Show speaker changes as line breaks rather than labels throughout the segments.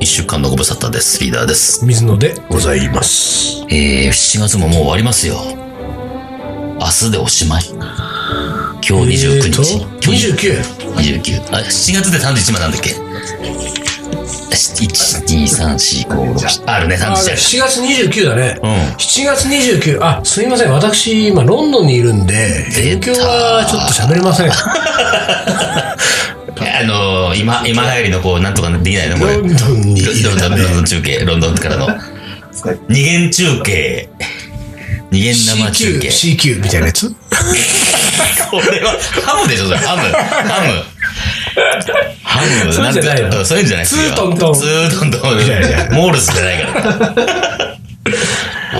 一週間のご無沙汰です。リーダーです。
水野でございます。
えー、7月ももう終わりますよ。明日でおしまい。今日29日。今日
29。
29。あ、7月で31までなんだっけ ?1、2、3、4、5、6、7あるね、
あ、
31
7月29だね。
うん。
7月29。あ、すいません。私、今、ロンドンにいるんで、
出た
今日はちょっと喋れません。
あのー、今、今流行りのこう、なんとかできないのこれ。
ロンドンにい
ロ
る
ン
んだ
ドンロンド
ね。
ン中継、ロンドンからの。二元中継。二元生中
CQ、
継。
CQ みたいなやつ
これはハムでしょ、それ。ハム。ハム。ハム。
そういうんじゃないの
んてそういうんじゃないですよ
ツートントン
ツートントン
いやいや。
モールスじゃないから。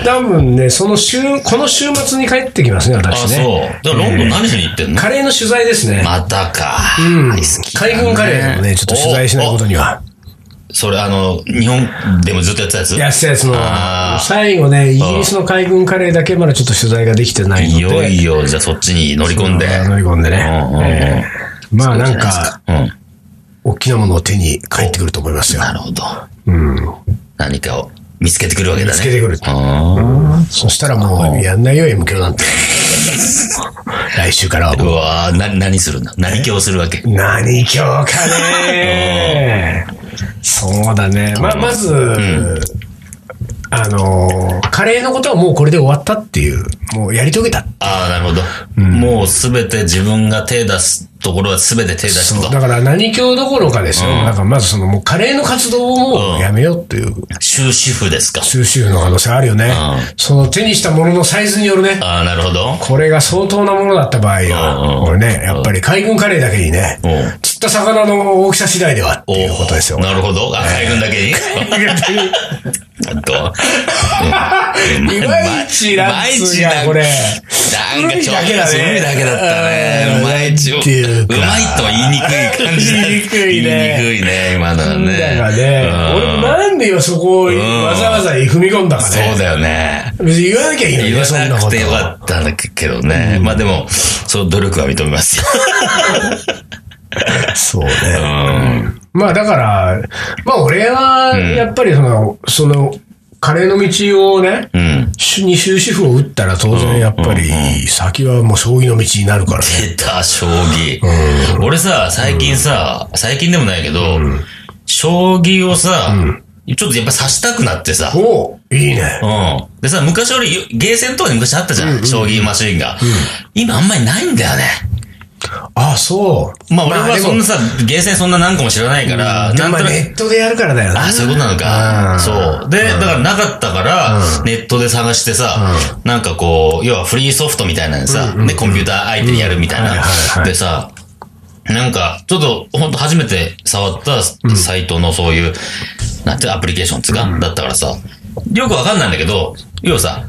多分ね、その週、この週末に帰ってきますね、
あ、
私
そう
ね。。
だからロンドン何しに行ってんの
カレーの取材ですね。
またか。
うん
好きだね
海軍カレーのね、ちょっと取材しないことには。
おおそれ、あの、日本でもずっとやってたやつ
やってたやつの
あ、ー
最後ね、イギリスの海軍カレーだけまだちょっと取材ができてないので。
いよいよ、じゃあそっちに乗り込んで。
乗り込んで
うんうんうん
ね。えーまあなんか、
うん。
大きなものを手に帰ってくると思いますよ。
なるほど。
うん。
何かを見つけてくるわけだね。
見つけてくる
あー
そしたらもう、やんないよ、M 響なん て。来週からは
う
もう。
わーな、何するんだ何教するわけ
何教かねそうだね。まあ、まず、あのー、カレーのことはもうこれで終わったっていう、もうやり遂げた。
ああ、なるほど。もうすべて自分が手出すところはすべて手出した
そう。
と
だ。から何教どころかですよ。なんかまずその、もうカレーの活動をもうやめようっていう。
終止符ですか。
収集の可能性あるよね。
う
その手にしたもののサイズによるね。
ああ、なるほど。
これが相当なものだった場合
うんう
は、
ん
これね、やっぱり海軍カレーだけにね
うん、
釣った魚の大きさ次第ではっていうことですよ。
なるほど。あ、海軍だけ にあと。うん
いまいちラッツがこれ
なんかちょっ
海だ
と、
けだね
海だけだったね。
うん
うまいちょ、
っ
うま
ていう
い
か
とは言いにくい感じだ
言いにくいね
言いにくいね、今のは
だ
ね。
からね、
う
俺
ん
なんで今そこをわざわざ踏み込んだか
そう
ね。
だよね。
別に言わなきゃいいのに
言
ね、
わ
そんな
な
こ
く
と
て。よかったんだけどね。まあでも、その努力は認め ますよ。
そうね。
うん
まあだから、まあ俺は、やっぱりその、その、カレーの道をね、
うん。
に終止符を打ったら当然やっぱり、先はもう将棋の道になるからね。
出た、将棋。俺さ、最近さ、最近でもないけど、将棋をさ、ちょっとやっぱ指したくなってさ、
おういいね。
うん。でさ、昔俺、ゲーセンとかに昔あったじゃん、将棋マシーンが。今あんまりないんだよね。
あ、そう。
まあ俺
でも
はそんなさ、ゲーセンそんな何個も知らないから、
でも
なん
まあ
となく
ネットでやるからだよな。
あ、そういうことなの
う
か。
ん
そう。で、だからなかったから、ネットで探してさ、なんかこう、要はフリーソフトみたいなのさ、で、コンピューター相手にやるみたい
うんはい
な
はいは。い
でさ、なんか、ちょっと、ほんと初めて触ったサイトのそういう、なんてアプリケーションつうか、だったからさ、よくわかんないんだけど、要はさ、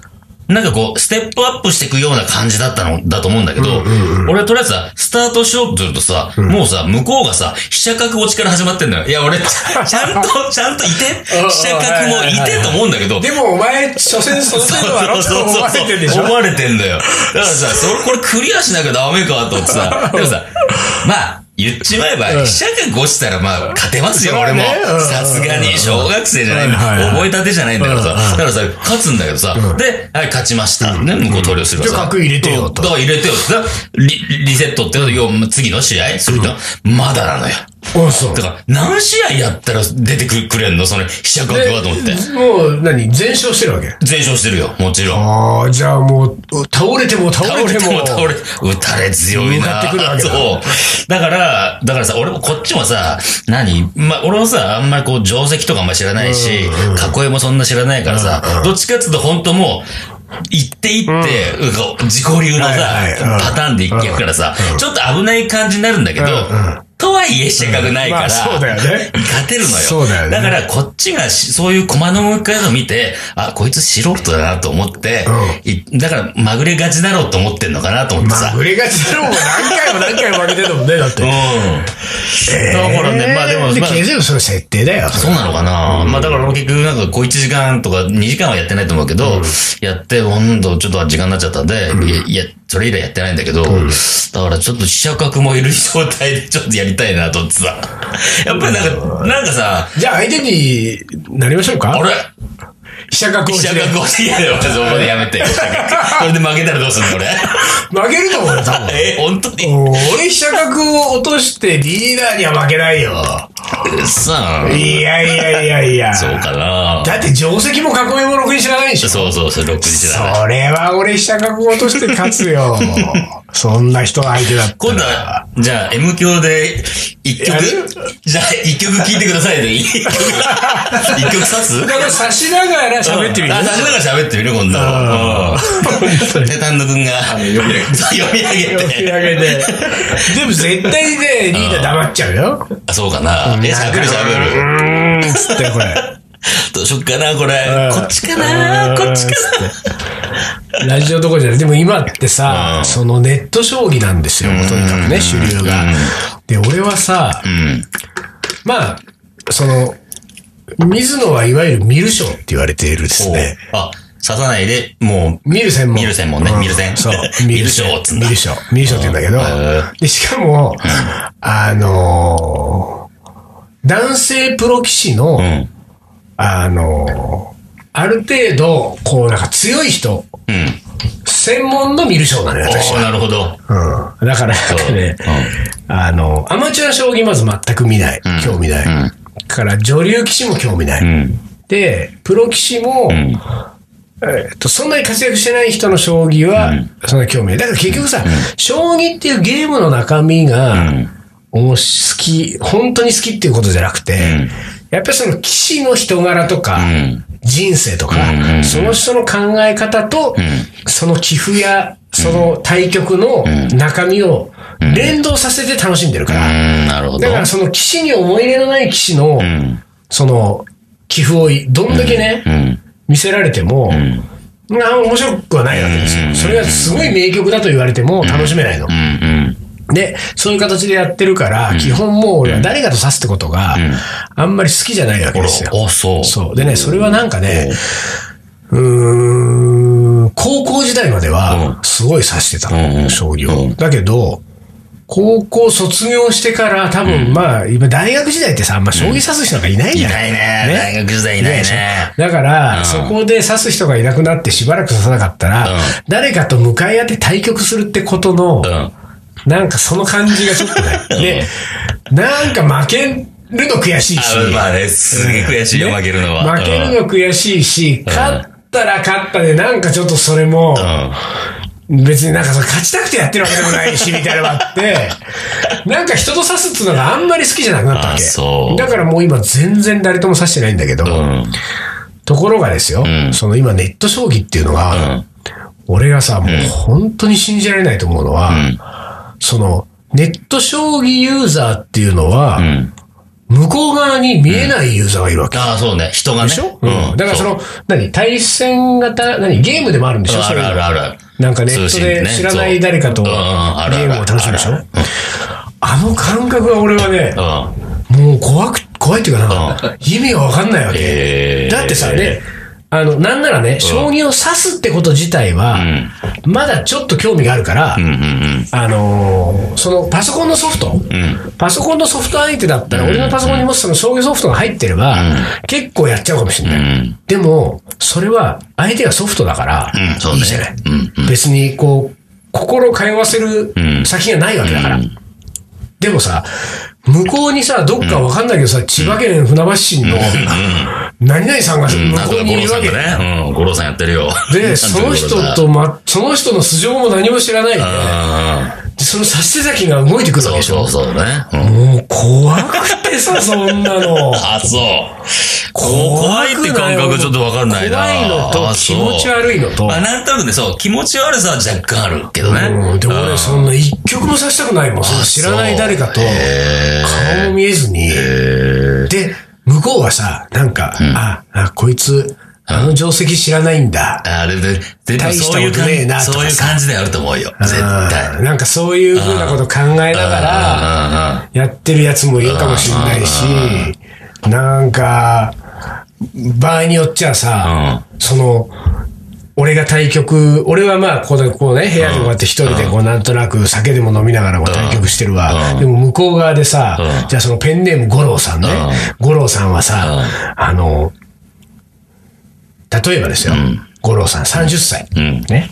なんかこう、ステップアップしていくような感じだったの、だと思うんだけど、俺はとりあえずさ、スタートしようとするとさ、もうさ、向こうがさ、飛車角落ちから始まってんだよ。いや、俺、ちゃちゃんと、ちゃんといて、
うんうん
飛車角もいてと思うんだけど、
でもお前、所詮その程度だろって思われてんでしょ
思われてんだよ。だからさ、それ、これクリアしなきゃダメかと思って さ、でもさ、まあ、言っちまえば、
うん
飛車が落ちたらまあ、勝てますよ、
そう
俺も
ねうん。
さすがに、小学生じゃない
うんはいはい
覚えたてじゃないんだから
うんうん
さ。だからさ、勝つんだけどさ、で、はい、勝ちました。ね、向こう投了するからさ。
じゃあ角入れてよと
だから入れてよってさリ、リセットってこと、要は次の試合すると、まだなのよ。
うん、そう
だ。から、何試合やったら出てくれんのその、飛車角
で
はと思って。
もう、何全勝してるわけ。
全勝してるよ、もちろ
あ
ん。
あ、じゃあもう、倒れても倒
倒
れ
れ
て
て
も。
も倒れ、打たれ強いな。
向かってくるわけだ
そう。だから、だからさ、俺もこっちもさ、何まあ、俺もさ、あんまりこう、定石とかあんま知らないし、囲いもそんな知らないからさ、どっちかっていうと本当もう、行って行って、こう自己流のさ、
はいはいうん
パターンで行っていくからさ、ちょっと危ない感じになるんだけど、とはいえ、資格ないから、
まあそうだよね
勝てるのよ。
そうだよね
だから、こっちがしそういう駒の向かいのを見て、あ、こいつ素人だなと思って、いだから、まぐれがちだろうと思ってんのかなと思って
まあ、
さ。
触れがちだろう。もう何回も何回も負けてるもんね、だって
うん。。だからね、まあでも、まあ、
結局それ設定だよ。
そうなのかな、まあだから俺結局なんかこう1時間とか2時間はやってないと思うけど、やって、ほんとちょっと時間になっちゃったんで、いや、いやそれ以来やってないんだけど、だからちょっと試写角もいる状態でちょっとやりたいなと思ってさ。やっぱりなんか、なんかさ、
じゃあ相手になりましょうか
あれ
飛車角をし
試写
て
角欲しいだよ、そこでやめて。 飛車角それで負けたらどうすんの俺。
負けると思うよ、多分。
え、本当に
おー 俺飛車角を落としてリーダーには負けないよ。
さあ、
いやいやいやいや。
そうかな。
だって定石も囲みもろくに知らないでしょ。
そうそうそう、6時だな。
それは俺飛車角を落として勝つ よ。そんな人相手だった
今度
ら。
は、じゃあ M 教で一
や
曲
る、
じゃあ一曲聴いてくださいね。 一曲、一曲刺す
だから刺しながら喋ってみる
あ、。出しながら喋ってみる、こんなの。うん。で、丹野くんが、読み上げて。読み上げて。
上げて。でも絶対ね、リーダー黙っちゃうよ。
あ、そうかな。え、喋る喋る。
うーん、つってこれ。
どうしよっかな、これ
う。ん
こっちかな、こっちかな。
ラジオどころじゃない。でも今ってさ、
うん
そのネット将棋なんですよ。とにかくね、主流が。で、俺はさ、
うん。
まあ、その、水野はいわゆる見る将って言われているです
おう
ね。
あ、刺さないで、もう、
見る専門。
見る専門ね
うん
見る専。
そう
見る将っつうんだ
見る将。見る将って言うんだけど
うん。
で、しかも、あのー、男性プロ棋士の、
うん。
あのー、ある程度、こう、なんか強い人、
うん。
専門の見る将なのよ、
お
私
ー
は。
なるほど。
うん。だから、なんかね、あの、アマチュア将棋まず全く見ない。
ん
興味ない。
うん
だから、女流棋士も興味ない。
うん。
で、プロ棋士も、
ん
えーっと、そんなに活躍してない人の将棋は、そんなに興味ない。だから結局さ、将棋っていうゲームの中身が、
ん
おもし好き、本当に好きっていうことじゃなくて、やっぱりその棋士の人柄とか、
ん
人生とか、
うんうんうん
その人の考え方と、その棋譜や、その対局の中身を連動させて楽しんでるか
う
ら、
ん。なるほど
だ。からその棋士に思い入れのない棋士の、
うん。
その、寄付をいどんだけね、
うん。
見せられても、な面白くはないわけです
うん
よ。それがすごい名曲だと言われても楽しめないの
う。ん。
で、そういう形でやってるから、基本もう俺は誰かと指すってことがあんまり好きじゃないわけ
うん。
ですよ。
お、そう。
そう。でね、それはなんかね
お、
うーん、高校時代までは
う
すごい指してた
うんう
の、
ん
将棋
う
を。だけど、高校卒業してから多分まあ、今大学時代ってさ、あんま将棋指す人なんかいない
い
じゃない
ないね。大学時代いないね。
だから、
うん
そこで刺す人がいなくなってしばらく刺さなかったら、
うん
誰かと向かい合って対局するってことの、
うん。
なんかその感じがちょっとね。で、なんか負けるの悔しいし。
あまあね、すげえ悔しいよ、負けるのは。
負けるの悔しいし、勝ったら勝ったで、なんかちょっとそれも、
うん。
別になんかその勝ちたくてやってるわけでもないし、みたいなのがあ って、なんか人と刺すっていうのがあんまり好きじゃなくなったわ
あそ
け。
う
だからもう今全然誰とも刺してないんだけど、
うん。
ところがですよ、
うん
その今ネット将棋っていうのが、
うん
俺がさ、もう本当に信じられないと思うのは、
ん
その、ネット将棋ユーザーっていうのは、
うん。
向こう側に見えないユーザーがいるわけ。
ああ、そうね。人がね。
でしょ、
うん。
だからその、何対戦型、何ゲームでもあるんでし
そう、
ょ
あ
それ
るあるある。
なんかネットで知らない誰かと
う
ゲ
んうんあるある
ームを楽しむでしょ
ある
あの感覚は俺はね、
うん。
もう怖く、怖いっていうかな、意味がわかんないわけ。
ええ。
だってさ、ね、あの、なんならね、将棋を指すってこと自体は、まだちょっと興味があるから、
うんうん
あのーそのパソコンのソフト、パソコンのソフト相手だったら、俺のパソコンにもしその将棋ソフトが入ってれば、結構やっちゃうかもしれない。
うん
でも、それは相手がソフトだから、
うん。うん、そう
い
ね。
いじゃない。
うん。
別に、こう、心通わせる
うん
先がないわけだから。
うん
でもさ、向こうにさ、どっかわかんないけどさ、千葉県船橋市の、何々さんが
うん。なん
向こ
とか
う
五
にい
郎
る
さ
わ
ん
け
がね。うん。五郎さんやってるよ。
で、その人と、ま、その人の素性も何も知らないで
う、ん。
でその差し先が動いてくるわけ
そう
でし
そ
ょ
う。そうね。うん。
もう怖くて さ、そんなの。
あ、そう。こ怖いって感覚ちょっとわかんないな。
怖いのと
あ
気持ち
い。
悪いのと
まあ、。なんとなくね、そう、気持ち悪さは若干あるけどね。
うん、でも
う
俺、
ん
そんな一曲もさしたくないもん。その知らない誰かと、顔も見えずに。で、向こうはさ、なんか、あ、あ、こいつ、あの定石知らないんだ。
あれで、でも
大した
そう
こ
いう
と
感
ねえな
じ、
とかさ
そういう感じであると思うよ。絶対。
うんなんかそういうふうなこと考えながら、
ら、
やってるやつもいるかもしれないし、なんか、場合によっちゃさ、その、俺が対局、俺はまあ、こうね、こうね、部屋でこうやって一人でこう、なんとなく酒でも飲みながらこう対局してるわ。
うん
でも向こう側でさ、
うん
じゃあそのペンネーム五郎さんね。五郎さんはさ、あの、例えばですよ、五郎さん30歳。
うん。
ね。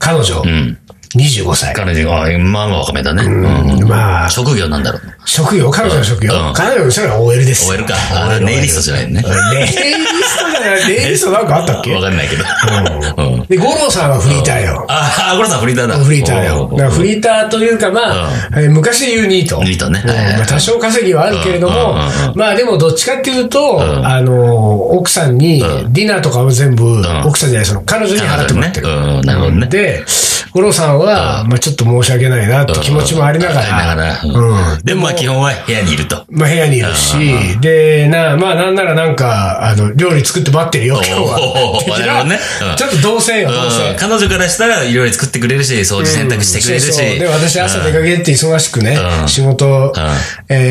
彼女、
うん。
25歳。
彼女が、あまあまあ若めだね。うん。
まあ
職業なんだろう。
職業、彼女の職業。
うん
彼女の職業は OL ですよ。
OL かあ
OL
ネイリストじゃないね
ネイリストじゃない。ネイリストなんかあったっけ
わかんないけ ど。うん。
で、五郎さんはフリーターよ。
ああ、これさんフリーターだ。
フリーターよ。
お
だからフリーターというか、まあ、えー昔で言うニート。
ニートね
うん
はいはいはい
まあ多少稼ぎはあるけれども
うんうんうん、
まあでもどっちかっていうと、
ん
あの、奥さんに、ディナーとかは全部、奥さんじゃない、その彼女に払ってもらってる。
うん、なるほどね。
で、五郎さんは、まあちょっと申し訳ないなって気持ちもありながら、
うん
うん
でもまあ基本は部屋にいると。
まあ部屋にいるし、で、な、まあなんならなんか、あの、料理作って待ってるよ、今日は
お。ー
的
なるほ どねうん
ちょっと同性よ、
うん
同性。
彼女からしたらいろいろ作ってくれるし、掃除洗濯してくれる
そうそう
し。
で、私朝出かけて忙しくね、
うん
仕事、
ん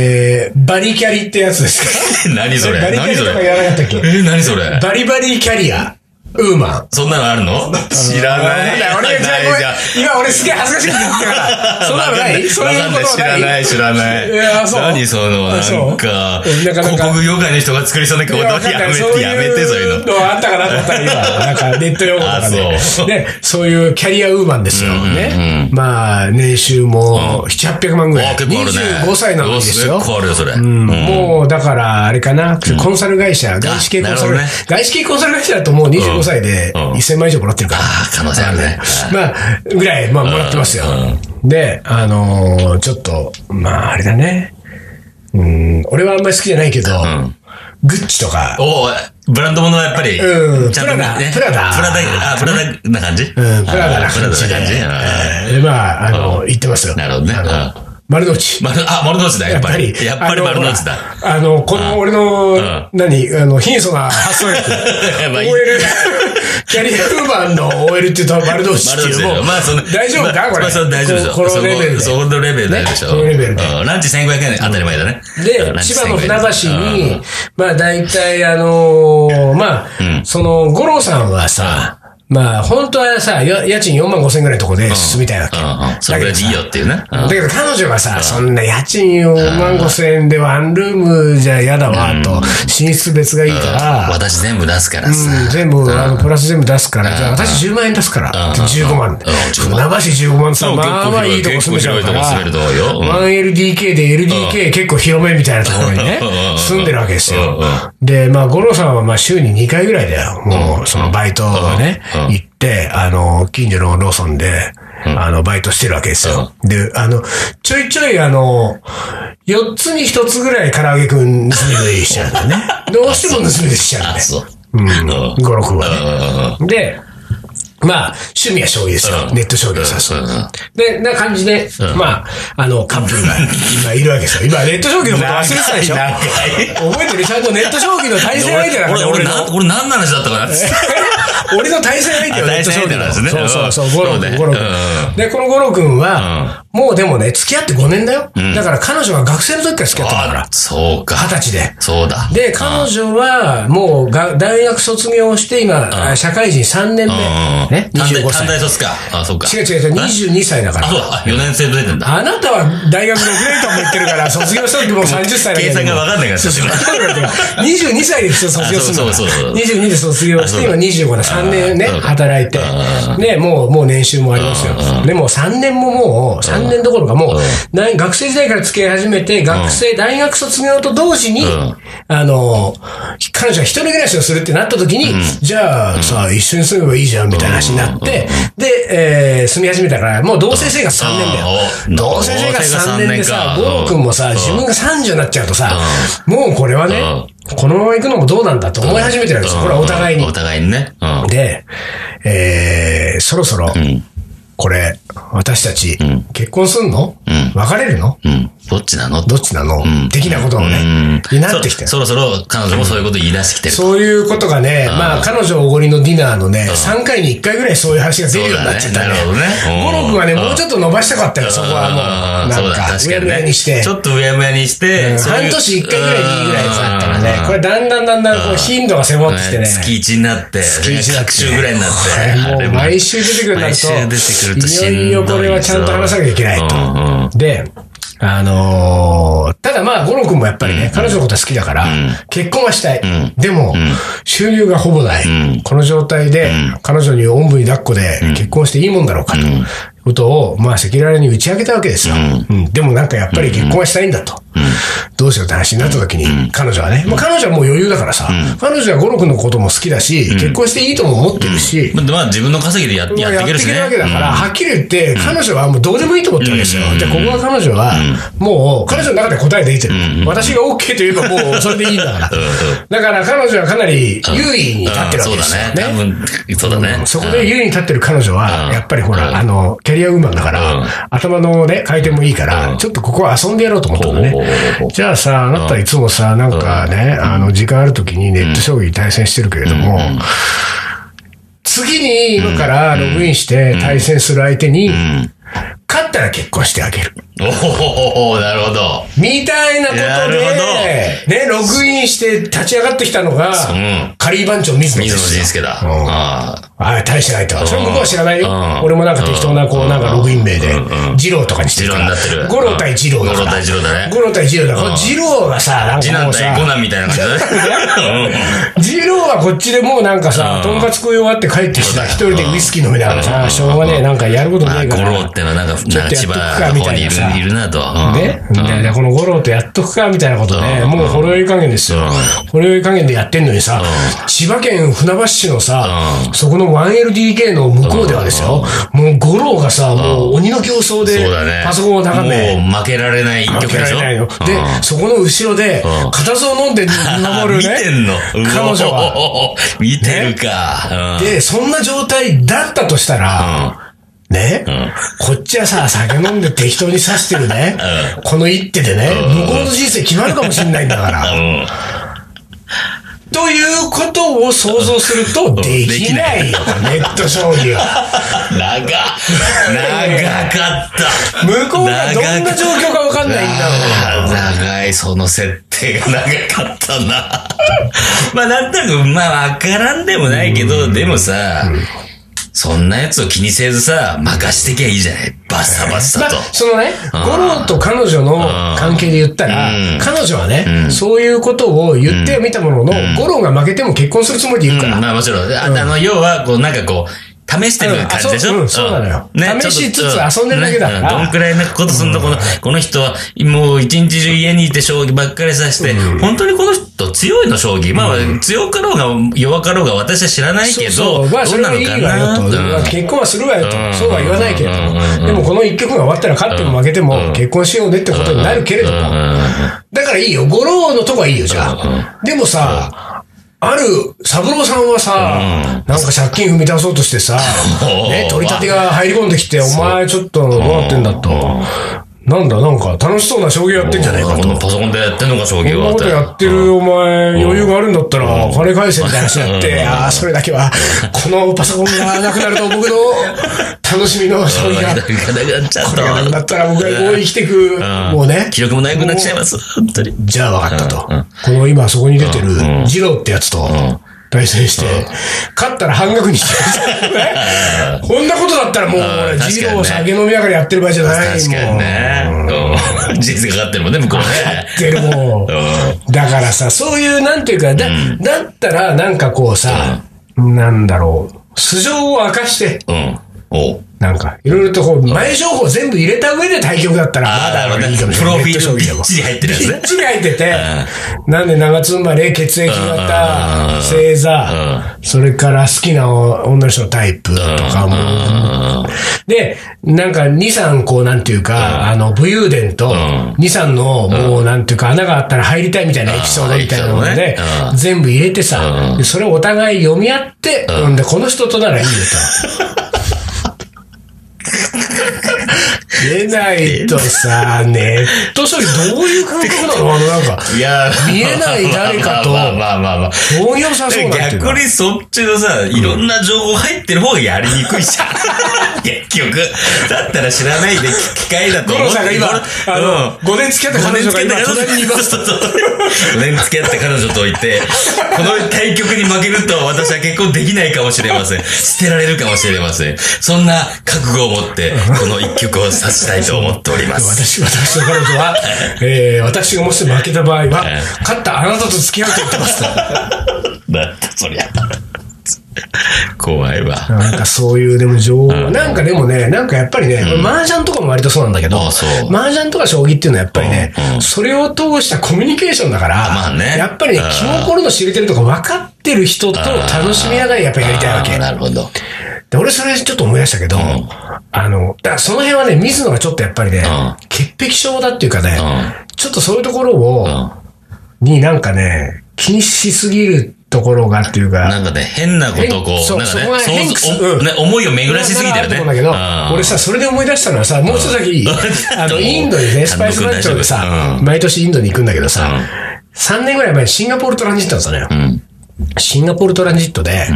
えー、バリキャリってやつですか
何それ
バリキャ
何
リ
そ
と
れ
かやらなかったっ け
え、何それ
バリバリキャリア、ウーマン。
そんなのあるの知らない。
あ俺が
ないじゃん
今俺すげえ恥ずかしいって言った から。そんなのない
わ
そういう
かん
こ
ない
と
知らない、知らない。
いやそう
何その、
あそう
なんか、
うんなんかなん
広
か
告業界の人が作りそうな言
い
葉
やわかん
や
ない
め
そう
て、やめて、そういうの。
のあったかなと思った今。なんかネット用語とかで
あ。そう
ね、そういうキャリアウーマンですよ。ね。まあ、年収も7、800万ぐら
あ
い。
ー結構あるね。
25歳なのにです
う
よ
わ。結構あるよ、それ。
うんもう、だから、あれかな、コンサル会社、外資系コンサル
なるほどね、
外資系コンサル会社だともう25歳で
うん
1000万以上もらってるから。
ああ、可能性あるね。
まあ、ぐらい、まあ、もらってますよ。で、あのーちょっと、まあ、あれだね。うん、俺はあんまり好きじゃないけど、
ん
グッチとか、
おおブランドものはやっぱり、
うん
ちゃんとね。
プラダ
プラダ、あ、プラダな感じプ
うん、プラダな
プラ
感
ダ
じ
な
で
感じ。うん
えーでまあ、あの、言ってますよ。
なるほどね。
あ
うん
の丸の内。
丸、あ、丸の内だ、や
や
っ
っ
ぱ
ぱり
り。。やっぱり丸の内だ。
あの。あの、この俺の
ん、
何、あの、貧相 な発想力。
まあいい
OL、キャリアウーマンの OL って言うと丸の内って
丸の内
い
だ
う。
よ。
もう
まあ、その、
大丈夫
ま
か
あ
これ。
まあ、その大丈夫でしょ。
このレベルで。
そこそこのレベルであるでしょ。
ねこのレベルで
うんランチ1500円で当たり前だね。う
で
ん、ランチ
千葉の船橋
1500円
に、まあ大体あのーまあ、その、五郎さんはさ、まあ本当はさ、や家賃4万5千ぐらいのとこで住みたいわけ。
うんうん。それぐらいでいいよっていうね。うん
だけど彼女がさ、そんな家賃4万5千円でワンルームじゃ嫌だわ、と、寝室別がいいから、
私全部出すからさ。
うん全部、あの、プラス全部出すから、じゃあ私10万円出すから、
うん
15万で。
うん
船橋15万さ、
うん
まあまあいいとこ住めちゃうから、
結構広いとこ住めると思うよ
1LDK で LDK 結構広めみたいなところにね
う、ん
住んでるわけですよ
うんうん。
で、まあ、五郎さんはまあ週に2回ぐらいだよ。もう、そのバイトをね、
うんうん
行って、あの、近所のローソンで、あの、バイトしてるわけですよ。で、あの、ちょいちょいあの、4つに1つぐらい唐揚げくん盗み食いしちゃうん だよね。どうしても盗み食いしちゃうんだ
あ、
よ。
そう。
うん
うん
五六はね。
う
で、まあ、趣味は将棋ですよ。
うん
ネット将棋を指す。
うんうん
で、な感じで、まあ、あの、カップルが今いるわけですよ。今、ネット将棋のこと忘れてたでしょ
長
覚えてるちゃんとネット将棋の対戦相手だか
俺、
ら、
俺、
俺の。
な俺何の話だったかな
俺の対戦相手はネット将棋
あ
の
対戦相手なんですね
そうそうそう、
うん
五郎
そう
君、
ね
五郎
う
君。で、この五郎君は、もうでもね、付き合って5年だよ。だから彼女は学生の時から付き合ってたから
あ、、そうか。
二十歳で。
そうだ。
で、彼女は、もうが、大学卒業して、今、社会人3年目。ね
ね、。短
25
大短
歳。
大卒か。あ、そうか。
違う違う違う、22歳だか
あ、
ら。
そうだ。4年生と出てんだ。
あなたは大学6年間も行ってる から、卒業した時もう30歳だけど。
計算が分かんないから
そうそう22歳で卒業するの
あ
か
そうそうそうそう
22で卒業して、今25だ。3年ね、
うん
働いて。ね、もう、もう年収もありますよ。で、もう3年ももう、3年どころかもう、大学生時代から付き合い始めて、学生、大学卒業と同時に
ん、
あの、彼女が一人暮らしをするってなった時に、じゃあさ、一緒に住めばいいじゃん、みたいな話になって、で、えー住み始めたから、もう同棲生活3年だよ。
うん
同棲生活3年でさ、ゴ
同棲が三年か
ー君もさ、自分が30になっちゃうとさ、もうこれはね、このまま行くのもどうなんだと思い始めてるわけですよ。これはお互い
お
に。
互いにね。うん。
で、えー、そろそろ、
ん
これ、私たち、結婚すんの別れるの
うん。どっちなの
どっちなの、
ん
的なことを
うん
ね、になってきてる
そそろそろ彼女もそういうこと言い出してきてる。
そういうことがね、まあ、彼女おごりのディナーのね、
ん
3回に1回ぐらいそういう話が出るようになっちゃったね。
そうだねなるほどねうん
ゴロ君はね、もうちょっと伸ばしたかったよ、そこはもう。
ん
な
そ
ん
うだ、
か、
確
うや
か
う
に
や
ね。
にして。
ちょっとうやむやにして、そうい
半
う
年1回ぐらいでいいぐらいだったからね
う、ん
これだんだんだんだんこう頻度が迫ってきてね。
月1になって、
月一だって
各週ぐらいになって。
こ
あ
れ
れ
もう
も
毎週出てくるようにな
毎
る
週
と、
出てくるとしんどいぞ
いよいよこれはちゃんと話さなきゃいけないと。
うんうん
で、あのーただまあ、五郎君もやっぱりね、彼女のことは好きだから、結婚はしたい。でも、収入がほぼない。この状態で、彼女におんぶに抱っこで結婚していいもんだろうかと。ことを、まあ、赤裸々に打ち明けたわけですよ。うんでもなんかやっぱり結婚はしたいんだと。どうしようって話になった時に、彼女はね、まあ、彼女はもう余裕だからさ、彼女は五郎君のことも好きだし、結婚していいとも思ってるし、
まあまあ自分の稼ぎでややっていけるしね。
やっていけるわけだから、はっきり言って、彼女はもうどうでもいいと思ってるわけですよ。
うん
で、ここは彼女は、もう、彼女の中で答え出てる。私が OK と言えばもう、それでいいんだから。だから彼女はかなり優位に立ってるわけですよ
うんそうだね。多分、そうだね。
うんそこで優位に立ってる彼女
う
は、
ん
やっぱりほ
う
ら、
ん
あの、キャリアウーマンだから、
うん
頭のね、回転もいいから、ちょっとここは遊んでやろうと思ったのね
ほうほうほうほ。う
じゃあさ、あなたいつもさ、なんかね、あの、時間ある時にネット将棋対戦してるけれども、次に今からログインして対戦する相手に、
ん
勝ったら結婚してあげる。
おおなるほど。
みたいなこと
なるほ
で、ね、ログインして立ち上がってきたのが
うん、
カリー番長水野で
水野
すよ
仁介だ。
うん
あ
ああ、大してないと。それ向こうは知らないよ
うん。
俺もなんか適当な、こう、なんかログイン名で
うんう、ん
二郎とかにしてるから。
二郎になってる
五郎対二郎だから。
五郎対二郎だね
五郎対二郎だから。
うん
二郎がさ、なん
あ次
かも
男
う
対
さ、
五男みたいな感じだね。
二郎はこっちでもうなんかさ、
うん
とんかつ食い終わって帰ってきた。
うん
一人でウイスキー飲みながら
う
さ、
ん
しょうがねえ、なんかやること
ま
な
あ、
いか
五
ら。
郎ってのはなんか、
ちょっとやっと
千
く
葉
か
の
み
方
た
に
い
い
な
る
さ
いるなと。うん
で、
うん
でこの五郎とやっとくかみたいなことね、
うん
もうほろ酔い加減ですよ。
うん
ほろ酔い加減でやってんのにさ、千葉県船橋市のさ、
う
そこの 1LDK の向こうではですよ、もう五郎がさ、もう鬼の競争で
そうだね。
パソコンを眺め、
もう負けられない一
負
曲
け
で
ら
し
れ
ょ
ないの。で
うん、
そこの後ろで
う、ん
固唾を飲んで見守るね。
見てんのう
彼
お
女は。
見てるか。うん
で、そんな状態だったとしたら、ね、こっちはさ、酒飲んで適当に刺してるね、 この一手でね、向こうの人生決まるかもしれないんだから。
うん。
ということを想像すると、できないよ、ネット将棋は。
長っ長かった
向こうがどんな状況かわかんないんだろう
あー長い、その設定が長かったな。 まあ、なんとなく、まあ、わからんでもないけど、でもさ、そんなやつを気にせずさ、任してきゃいいじゃない。バッサバッ
ま
サ
あ
と。、
そのね、
ん
ゴロと彼女の関係で言ったら
うん、
彼女はね、そういうことを言ってはみたものの、ゴロが負けても結婚するつもりでいるか
うん
ら。
まあもちろん。あ,、の、要は、こう、なんかこう、試してる感じでしょ、
うんあそううんそうなのよ試しつつ
ちょっと
遊んでるだけだから
ねうんどんくらいのことすんの、この、この人は、もう一日中家にいて将棋ばっかりさして、本当にこの人強いの、将棋。まあ、強かろうが弱かろうが私は知らないけど、
そうそうまあ、そ
どう
れ
な
はいい
のか
わよ
な
と。まあ
うん
結婚はするわよと
う。ん
そうは言わないけれど
うん
も。でもこの一曲が終わったら勝っても負けても結婚しようねってことになるけれども。だからいいよ。五郎のとこはいいよ、じゃあ。でもさ、ある、三郎さんはさ、なんか借金踏み出そうとして さ、
うん
ね、取り立てが入り込んできて、お前ちょっとどうなってんだと。なんだ、なんか楽しそうな将棋やってんじゃねえか。
ことのパソコンでやってんのか、将
こ
棋
んな
は。
ことやってるお前、余裕があるんだったら、金返せみたいな話になって、ああ、それだけは、このパソコンがなくなると 僕の楽しみの将
うん。
棋
な
が
んか、なっちゃっ
これがなくな
た。
ったら僕がこう生きてく、もうね。
記録もなくなっちゃいます、本当に。
じゃあ分かったと。この今そこに出てる、ジローってやつと、対戦して、勝ったら半額にしてくださいねこんなことだったらもう
う
俺、
ん確かにね
ジローを酒飲みながらやってる場合じゃないもん。
確かにね。うん人生かかってるもんね、向こうね。
ってるもう。
う
だからさ、そういう、なんていうか、だ、だったら、なんかこうさ、なんだろう、素性を明かして、
ん。うん。おう
なんか、いろいろとこう、前情報全部入れた上で対局だったら、
あーなるほどね
いいかもしれない。
プロフィール
ネット将棋でも
びっちり入ってるやつね
びっちり入ってて、なんで長妻で血液
うんうんうんう
型、
ん
星座、それから好きな女の人のタイプとかも、で、なんか、2、3、こう、なんていうか、あの、武勇伝と、2、3の、もう、なんていうか、穴があったら入りたいみたいなエピソードみたいなの
あーエ
で
ピソードねう、ん
全部入れてさ、でそれをお互い読み 合って、うんで、この人とならいいよと。出ないとさ、ネット処理どういう感覚なのあのなんか、
いやー
見えない誰かと
まあまあまあまあまあ。
本業さそうなっていうか
逆にそっちのさ、いろんな情報入ってる方がやりにくいじゃん。 結局。だったら知らないで機械だと
五郎
思って。
さんが今、あの、5年付き合った
5
彼
年
女
付
が
き合
今、
った彼
隣にい
女
ま
と、
す。
そうそうそう5年付き合った彼女といて、この対局に負けると私は結婚できないかもしれません。捨てられるかもしれません。そんな覚悟を持って、この一曲を指したいと思っております。
私、私の彼女は、えー、私がもし負けた場合は
え、
勝ったあなたと付き合うと言ってますと。
だってそりゃ。怖いわ。
なんかそういう、でも情報、なんかでもね、なんかやっぱりね、麻雀とかも割とそうなんだけど、
ああそう
麻雀とか将棋っていうのはやっぱりね
うんう、ん
それを通したコミュニケーションだから、
まあね
やっぱりね
うん、
気心の知れてるとか分かってる人と楽しみながらやっぱりやりたいわ
あー
け。
なるほど。
で俺それちょっと思い出したけど、
ん
あの、だからその辺はね、水野がちょっとやっぱりね、
ん
潔癖症だっていうかね、
う
ちょっとそういうところ
ん。
を、
うん。
になんかね、気にしすぎるところがっていうか、
なんかね、変なことをこ
変
う、
そう
なんかね、
そこが
想
変
像お
うん
ね、思いを巡らしすぎた
だからあ
よね。
ると思うんだけ
うん
ど、俺さ、それで思い出したのはさ、もう一つだけい いあの、インドにね、スパイスランチョでさ
う、ん
毎年インドに行くんだけどさ
うん、
3年ぐらい前にシンガポールトランジットだったのよ
う。ん。
シンガポールトランジットで、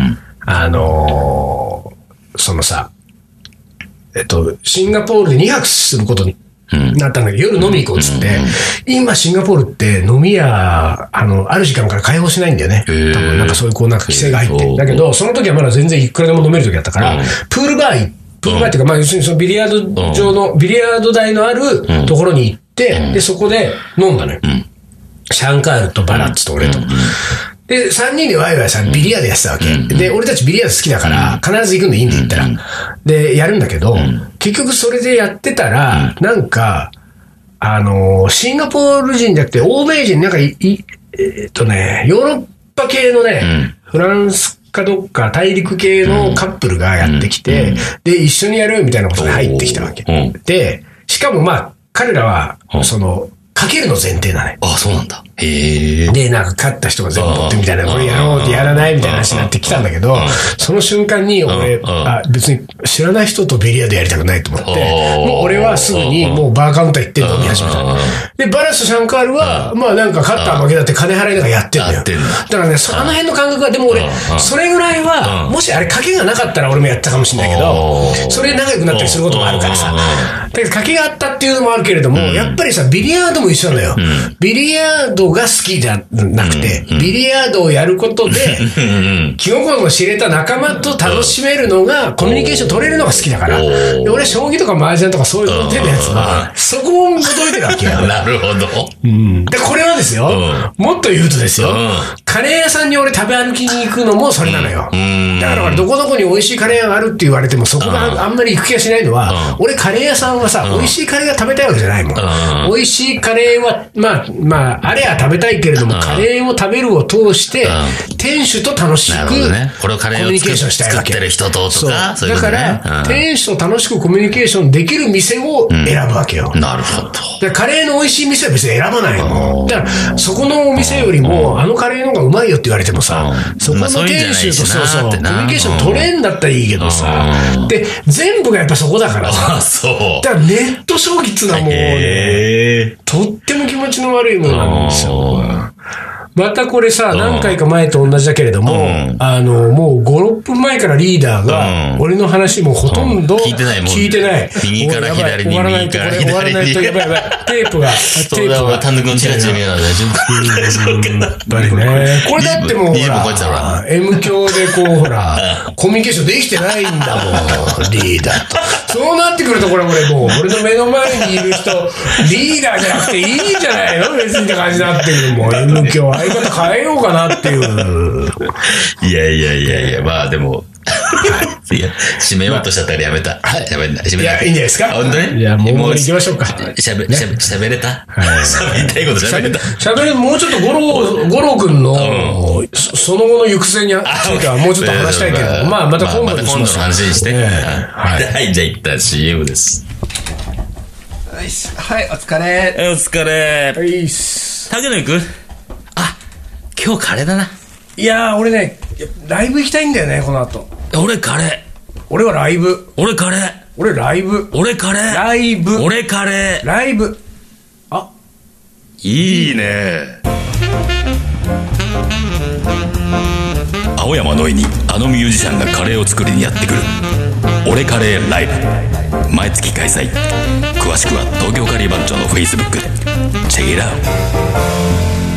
あのー、そのさ、えっと、シンガポールで2泊することに
うん
なったんだけど、夜飲み行こうっつって、今シンガポールって飲み屋、あの、ある時間から開放しないんだよね。多
へー
分なんかそういうこうなんか規制が入って
へー
る。だけど、その時はまだ全然いくらでも飲める時だったから、
うん
プールバー行って、プールバーっていうか、まあ要するにそのビリヤード場の、ビリヤード台のあるところに行って、で、そこで飲んだのよ。
ん
シャンカールとバラッツと俺と。で、3人でワイワイさ、ビリヤードやってたわけ。で、俺たちビリヤード好きだから、必ず行くんでいいんで行ったら。で、やるんだけど、結局それでやってたら、なんか、あのー、シンガポール人じゃなくて、欧米人、なんかい、いえーっとね、ヨーロッパ系のね、
うん
フランスかどっか大陸系のカップルがやってきて、で、一緒にやるみたいなことで入ってきたわけ。
うん
で、しかもまあ、彼らは
う、ん
その、かけるの前提なのよ。
あ、そうなんだ。へえ。
で、なんか勝った人が全部取ってみたいな、
あー
これやろうってやらないみたいな話になってきたんだけど
あーあ、
その瞬間に俺、
うん
あ、別に知らない人とビリヤードやりたくないと思って、
おー
もう俺はすぐにもうバーカウンター行って飲み始め
うん
た。で、バラスとシャンカールは、まあなんか勝った負けだって金払いながらやってんだよ。
やってんだ
だからね、そあの辺の感覚は、でも俺
う、ん
それぐらいは、
うん
もしあれ賭けがなかったら俺もやったかもしれないけど
お、ー
それで仲良くなったりすることもあるからさ
うんうんうんう
だ
ん。
けど、賭けがあったっていうのもあるけれども、やっぱりさ、ビリヤードも一緒なのよ。ビリヤードが好きじゃなくて、ビリヤードをやることで、
うんうん。
気心の知れた仲間と楽しめるのが、コミュニケーション取れるのが好きだから、
おー
で俺、将棋とか麻雀とかそういう手のやつは、そこを求めてるわけよ。
なるほど。
で、これはですよ、
う
もっと言うとですよ、
うん
カレー屋さんに俺食べ歩きに行くのもそれなのよ。
うん
だから俺どこどこに美味しいカレー屋があるって言われても、そこがああんまり行く気がしないのは、俺カレー屋さんはさ、美味しいカレーが食べたいわけじゃないもん。
うん
美味しいカレーは、まあ、まあ、あれは食べたいけれども、カレーを食べるを通して、
う
店主と楽し
な
くコ
るほ
ミ
どね。これをカレー
ュ
を
ニケ
作
ー
っ
ションしたいわ
作っ
け
て。る人ととか、そういう
だ
こ
か
とね。
ら、
うん
店主と楽しくコミュニケーションできる店を選ぶわけよ。
なるほど。
でカレーの美味しい店は別に選ばないの。だから、そこのお店よりも、あのカレーの方がうまいよって言われてもさ
う、ん
そこの
まあそういうんじゃ
店
ない
主と
し
そ
な
うそう、
っ
コ
て
ミ
な
ュニケーション取れんだったらいいけどさ
う、ん
で、全部がやっぱそこだからさ、
あ、そう。
だからネット将棋ってのはもうね、
へえ。
とっても気持ちの悪いものなんですよ。
あ
またこれさ、
ん
何回か前と同じだけれども、
うん
あの、もう5、6分前からリーダーが
う、ん
俺の話もうほとんど
うん聞いてないもん
聞いてない
右から左に
おやばい終わらないとこれ
右
終わ
から
らない
左
と
に
やばいやばい。テープが、テ
ーそ
ー
うだ
プ
わ、
が。
単独のチラチラ見
や
ながら大丈夫。大丈夫かな。
っぱり ね。これだってもう、ほ
リズムこいつだろ
ら、M 教でこう、ほ ら、コミュニケーションできてないんだもん、リーダーと。そうなってくると、これ、俺もう、俺の目の前にいる 人、リーダーじゃなくていいんじゃないの別にって感じになってくる。もう、M 教、相方変えようかなって いう。
いやいやいやいや、まあでも、いや、締めようとしちゃったからやめた。はい、やめない。締
い
め
や、
ない
いんじゃないですか
本当に
いや、もう、もう行き
し
ましょうか。
ゃべ、しゃべ、しゃべれた 喋りたいことしゃべれた
しゃべる、もうちょっと五郎、五郎くんの、そその後の行く末についてはもうちょっと話したいけれども、まあ、また今度
ま
に
た
し
今度
ま
の
す
話にして。
ええ
はいはい、じゃあ一旦 CM です。
よしはい、お疲れ。
お疲れ。
はいっす。
竹野行くあ、今日カレーだな。
いやー、俺ね、ライブ行きたいんだよね、この後。
俺カレー。
俺はライブ。
俺カレー。
俺ライブ。
俺カレー
ライブ。
俺カレ
ライブ。
ーいいね青山のいにあのミュージシャンがカレーを作りにやってくる「俺カレーライブ」毎月開催詳しくは東京カリー番長のフェイスブックでチェックイラー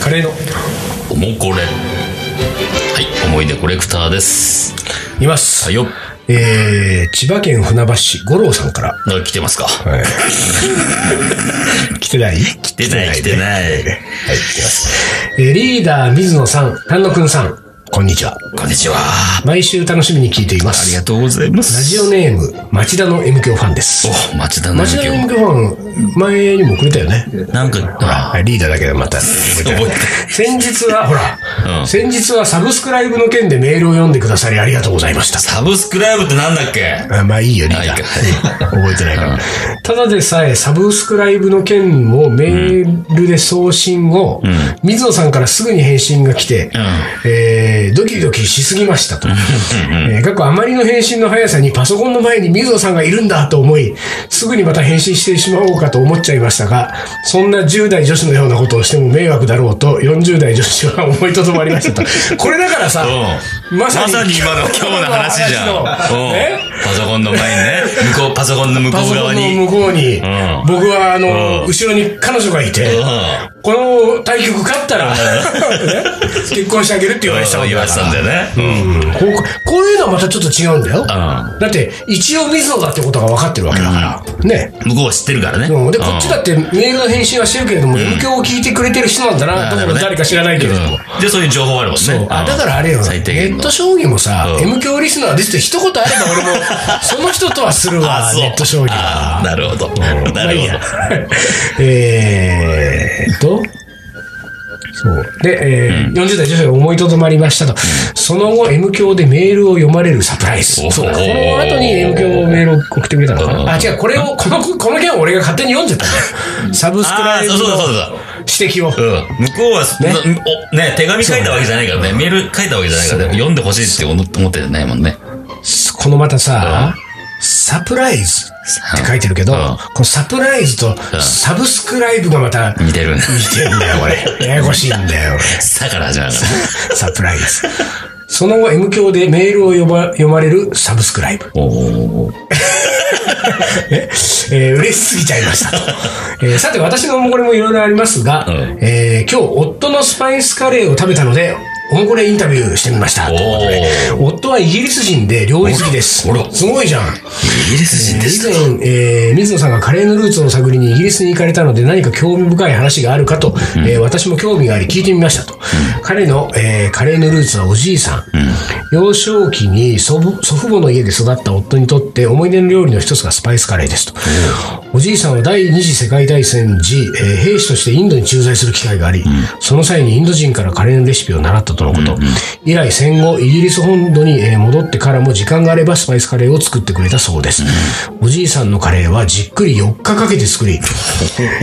カレーの。
おもこれはい思い出コレクターです
います。
はいよ
えー、千葉県船橋市五郎さんから。
あ来てますか
来てない
来てない来て
い。
ない
はい、来てます。えーリーダー水野さん、丹野くんさん、こんにちは。
こんにちは
毎週楽しみに聞いていま
あ
す。
りがとうございます
ラジオネーム、町田の M 響ファンです。
お町田の
町
影
田の M
響
響ファン、前にもくれたよね。
なんかほら
はいリーダーだけどまた。覚
覚えて
先日は、ほら、
うん
先日はサブスクライブの件でメールを読んでくださりありがとうございました。
サブスクライブってなんだっけ
あまあいいよ、リーダー。覚えてないから。 ただでさえ、サブスクライブの件をメールで送信を、水野さんからすぐに返信が来て、えードキドキしすぎましたと。えー過去あまりの返信の速さにパソコンの前に水野さんがいるんだと思い、すぐにまた返信してしまおうかと思っちゃいましたが、そんな10代女子のようなことをしても迷惑だろうと、40代女子は思いとどまりましたと。これだからさ、
うん
まさに
今の今日の話じゃん。うん
今日の話の ね
パソコンの前にね、向こう、パソコンの向こ
パソ
う
コ
側
ン
に。
の向こうに、
ん
僕はあの、
うん
後ろに彼女がいて、
う
この対局勝ったら、ね結婚してあげるって言われてた
ん。
わけ
言わ
だ
れて
か
たんだよね。うん。
ら、こうこういうのはまたちょっと違うんだよ。だって、一応水野だってことが分かってるわけだから。ね。
向こうは知ってるからね。
うんで、こっちだってメールの返信はしてるけれども、影響を聞いてくれてる人なんだな、
うん
どこの誰か知らないけれども。
うんで、そういう情報あるもんね。
あ
うん
だからあれよ、ネ
最低限
ッ
の
ト。将棋もさ、
うん
M 強リスナーですって一言あれば俺も、 その人とはするわ、
そう
ネット将棋は。
あーなるほど。なるほど。
えーっと、そう。で、えー40代女性が思いとどまりましたと、その後、M 教でメールを読まれるサプライズ。
おー
そうだこの後に M 教メールを送ってくれたのか
うん
な。あ、違う、これを、この、この件を俺が勝手に読んじゃったのサブスク
あ
ラ
あ、
イブ
そう
の
そうだそうだ。
指摘を。
うん。向こうは、そんなおね、手紙書いたわけじゃないからね。メール書いたわけじゃないからね。読んでほしいって思ってるんじゃないもんね。
このまたさ、サプライズって書いてるけど、
うん
このサプライズとサブスクライブがまた似
似てる。
てんだよ、これ。ややこしいんだよ、俺。
さから始まるからね。
サプライズ。その後、M 教でメールを読ま読まれるサブスクライブ。
おおー。
えー嬉しすぎちゃいましたと。えーさて、私のおもこれもいろいろありますが、
ん
えー今日、夫のスパイスカレーを食べたので、おもこれインタビューしてみました。ということで夫はイギリス人で料理好きです
あらあ。ら
すごいじゃん。
イギリス人で
以
す。
前、えー水野さんがカレーのルーツを探りにイギリスに行かれたので何か興味深い話があるかと、えー私も興味があり聞いてみましたと。彼の、えーカレーのルーツはおじいさん。幼少期に祖母祖父母の家で育った夫にとって思い出の料理の一つがスパイスカレーですと。おじいさんは第二次世界大戦時、えー兵士としてインドに駐在する機会があり、その際にインド人からカレーのレシピを習ったとのこと。以来戦後、イギリス本土にえー戻ってからも時間があればスパイスカレーを作ってくれたそうです。おじいさんのカレーはじっくり4日かけて作 り、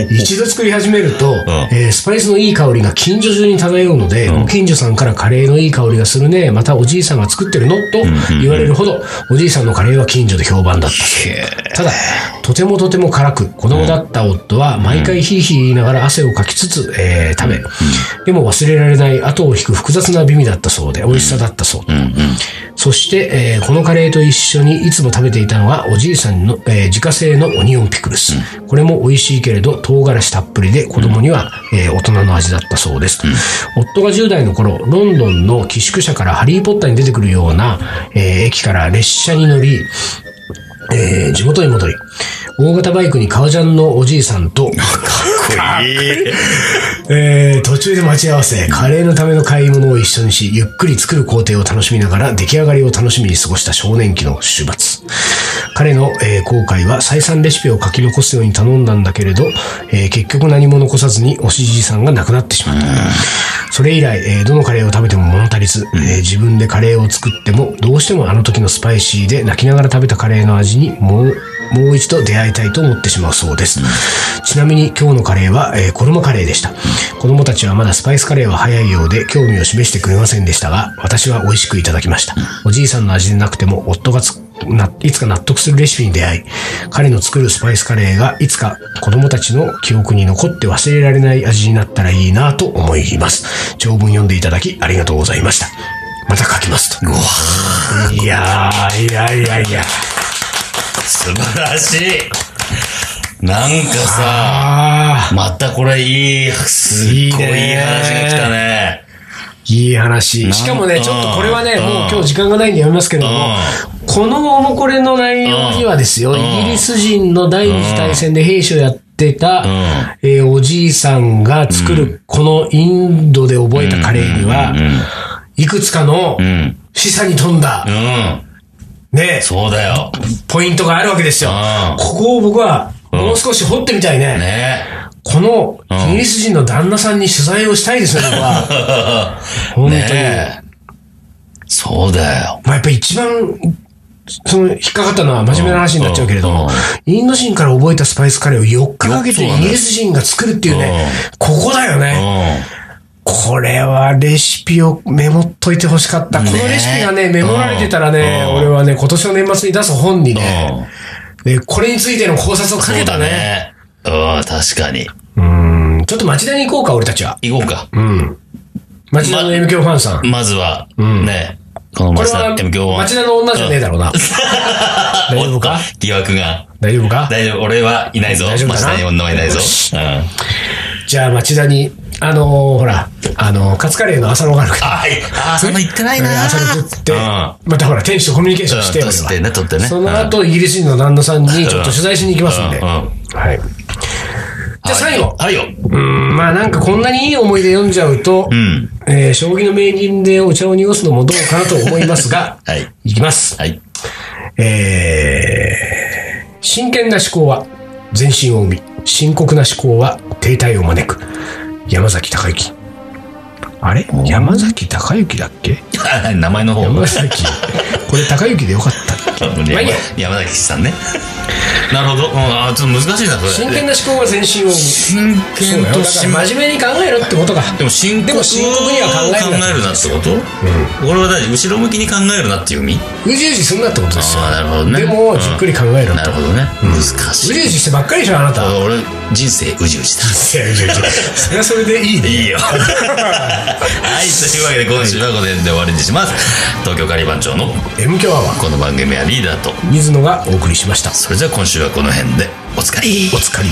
一度作り始めると、えースパイスのいい香りが近所中に漂うので、ご近所さんからカレーのいい香りがするね、またおじいさんが作ってるのと言われるほど、おじいさんのカレーは近所で評判だったそうです
へー
ただ、とてもとても辛く、子供だった夫は毎回ヒーヒー言いながら汗をかきつつ、えー食べ、でも忘れられない後を引く複雑な美味だったそうで、美味しさだったそう。そして、えーこのカレーと一緒にいつも食べていたのがおじいさんの、えー自家製のオニオンピクルス。これも美味しいけれど、唐辛子たっぷりで子供には、えー大人の味だったそうです。夫が10代の頃、ロンドンの寄宿舎からハリーポッターに出てくるような、えー駅から列車に乗り、えー地元に戻り、大型バイクに革ジャンのおじいさんと、
かっこいい。
えー途中で待ち合わせ、カレーのための買い物を一緒にし、ゆっくり作る工程を楽しみながら、出来上がりを楽しみに過ごした少年期の週末。彼の、えー後悔は再三レシピを書き残すように頼んだんだけれど、えー結局何も残さずにおしじいさんが亡くなってしまった。それ以来、えーどのカレーを食べても物足りず、えー自分でカレーを作っても、どうしてもあの時のスパイシーで泣きながら食べたカレーの味に物もう一度出会いたいと思ってしまうそうです。ちなみに今日のカレーは、えー、衣カレーでした。子供たちはまだスパイスカレーは早いようで興味を示してくれませんでしたが、私は美味しくいただきました。おじいさんの味でなくても夫がつないつか納得するレシピに出会い、彼の作るスパイスカレーがいつか子供たちの記憶に残って忘れられない味になったらいいなと思います。長文読んでいただきありがとうございました。また書きます と。いやー、いやいやいや。
素晴らしいなんかさ、
あ
またこれいい、すっごいいい話が来たね。
ー、いい話。
ん
しかもね、ちょっとこれはね、
うん
もう今日時間がないんでやめますけども、このおもこれの内容にはですよ、
うん
イギリス人の第二次大戦で兵士をやってた、
ん
えーおじいさんが作るこのインドで覚えたカレーには、いくつかの
うん。うん。
示唆に富んだ
う、ん。
ね、
そうだよ。
ポイントがあるわけですよ
うん。
ここを僕は、もう少し掘ってみたいね。
ね
このイギリス人の旦那さんに取材をしたいですね、僕 は。本当に。
ねそうだよ。
まあ、やっぱり一番、その、引っかかったのは真面目な話になっちゃうけれど
うん
も
うん、
インド人から覚えたスパイスカレーを4日かけて
よっそ
イ
うなんだよ
ギリス人が作るっていうね、ここだよ
う
ね。
ん。
これはレシピをメモっといてほしかった。この
ね
レシピがね、メモられてたらね、
うん
俺はね、今年の年末に出す本にね、で、これについての考察をか
そ
け
う
た
だ
ね。
ね。うん、確かに。
うん、ちょっと町田に行こうか、俺たちは。
行こうか。
うん。町田の M 響ファンさん。
まずは、ねこの
これ
町田
は、
って今日は。
町田の女じゃねえだろうな。 大丈夫か
おっと疑惑が。
大丈夫か
大丈夫、俺はいないぞ。
大丈
町
夫かな
田に女はいないぞ。
よ
うん。
じゃあ町田に、あのーほら、あのーカツカレーの朝のがあるから。
あい、あー、そんな言ってないな。
朝の食って、
うん
またほら、店主とコミュニケーションして、
う
俺
ん
は
してね取ってね
その後、イギリス人の旦那さんにちょっと取材しに行きますんで。
うんうん
はい。じゃあ最後。
はいよ。
うん、まあなんかこんなにいい思い出読んじゃうと、
うん。、
えー将棋の名人でお茶を濁すのもどうかなと思いますが
はい。
いきます。
はい。
えー真剣な思考は全身を生み深刻な思考は停滞を招く山崎孝之あれ山崎孝之だっけ
あ 名前の方。
山 崎これ孝之でよかった
山
まあいいや
山崎さんね。 なるほど。うん、あー、ちょっと難しいな、それ。
真剣な思考は全身を生
真
みそうだ
剣
よ
と
だから
真
真面目に考えろってことか
でも深
で
刻
も深刻には考えるな
考えるなってこと、俺は大丈夫後ろ向きに考えるなっていう意味
うじうじすんなってことですよ
あーなるほどね
でもじっくり考えろ
なるほどね。難
う
しい。
じうじしてばっかりでしょあなたい
あ俺、人生うじうじだ。
やうじうじそれはそれでいいね
いいよ。はい、というわけで今週はこの辺で終わりにします。東京カリバン長の
M 響アワー
この番組はリーダーと、
水野がお送りしました
それじゃあ今週はこの辺でおつかり
お疲れ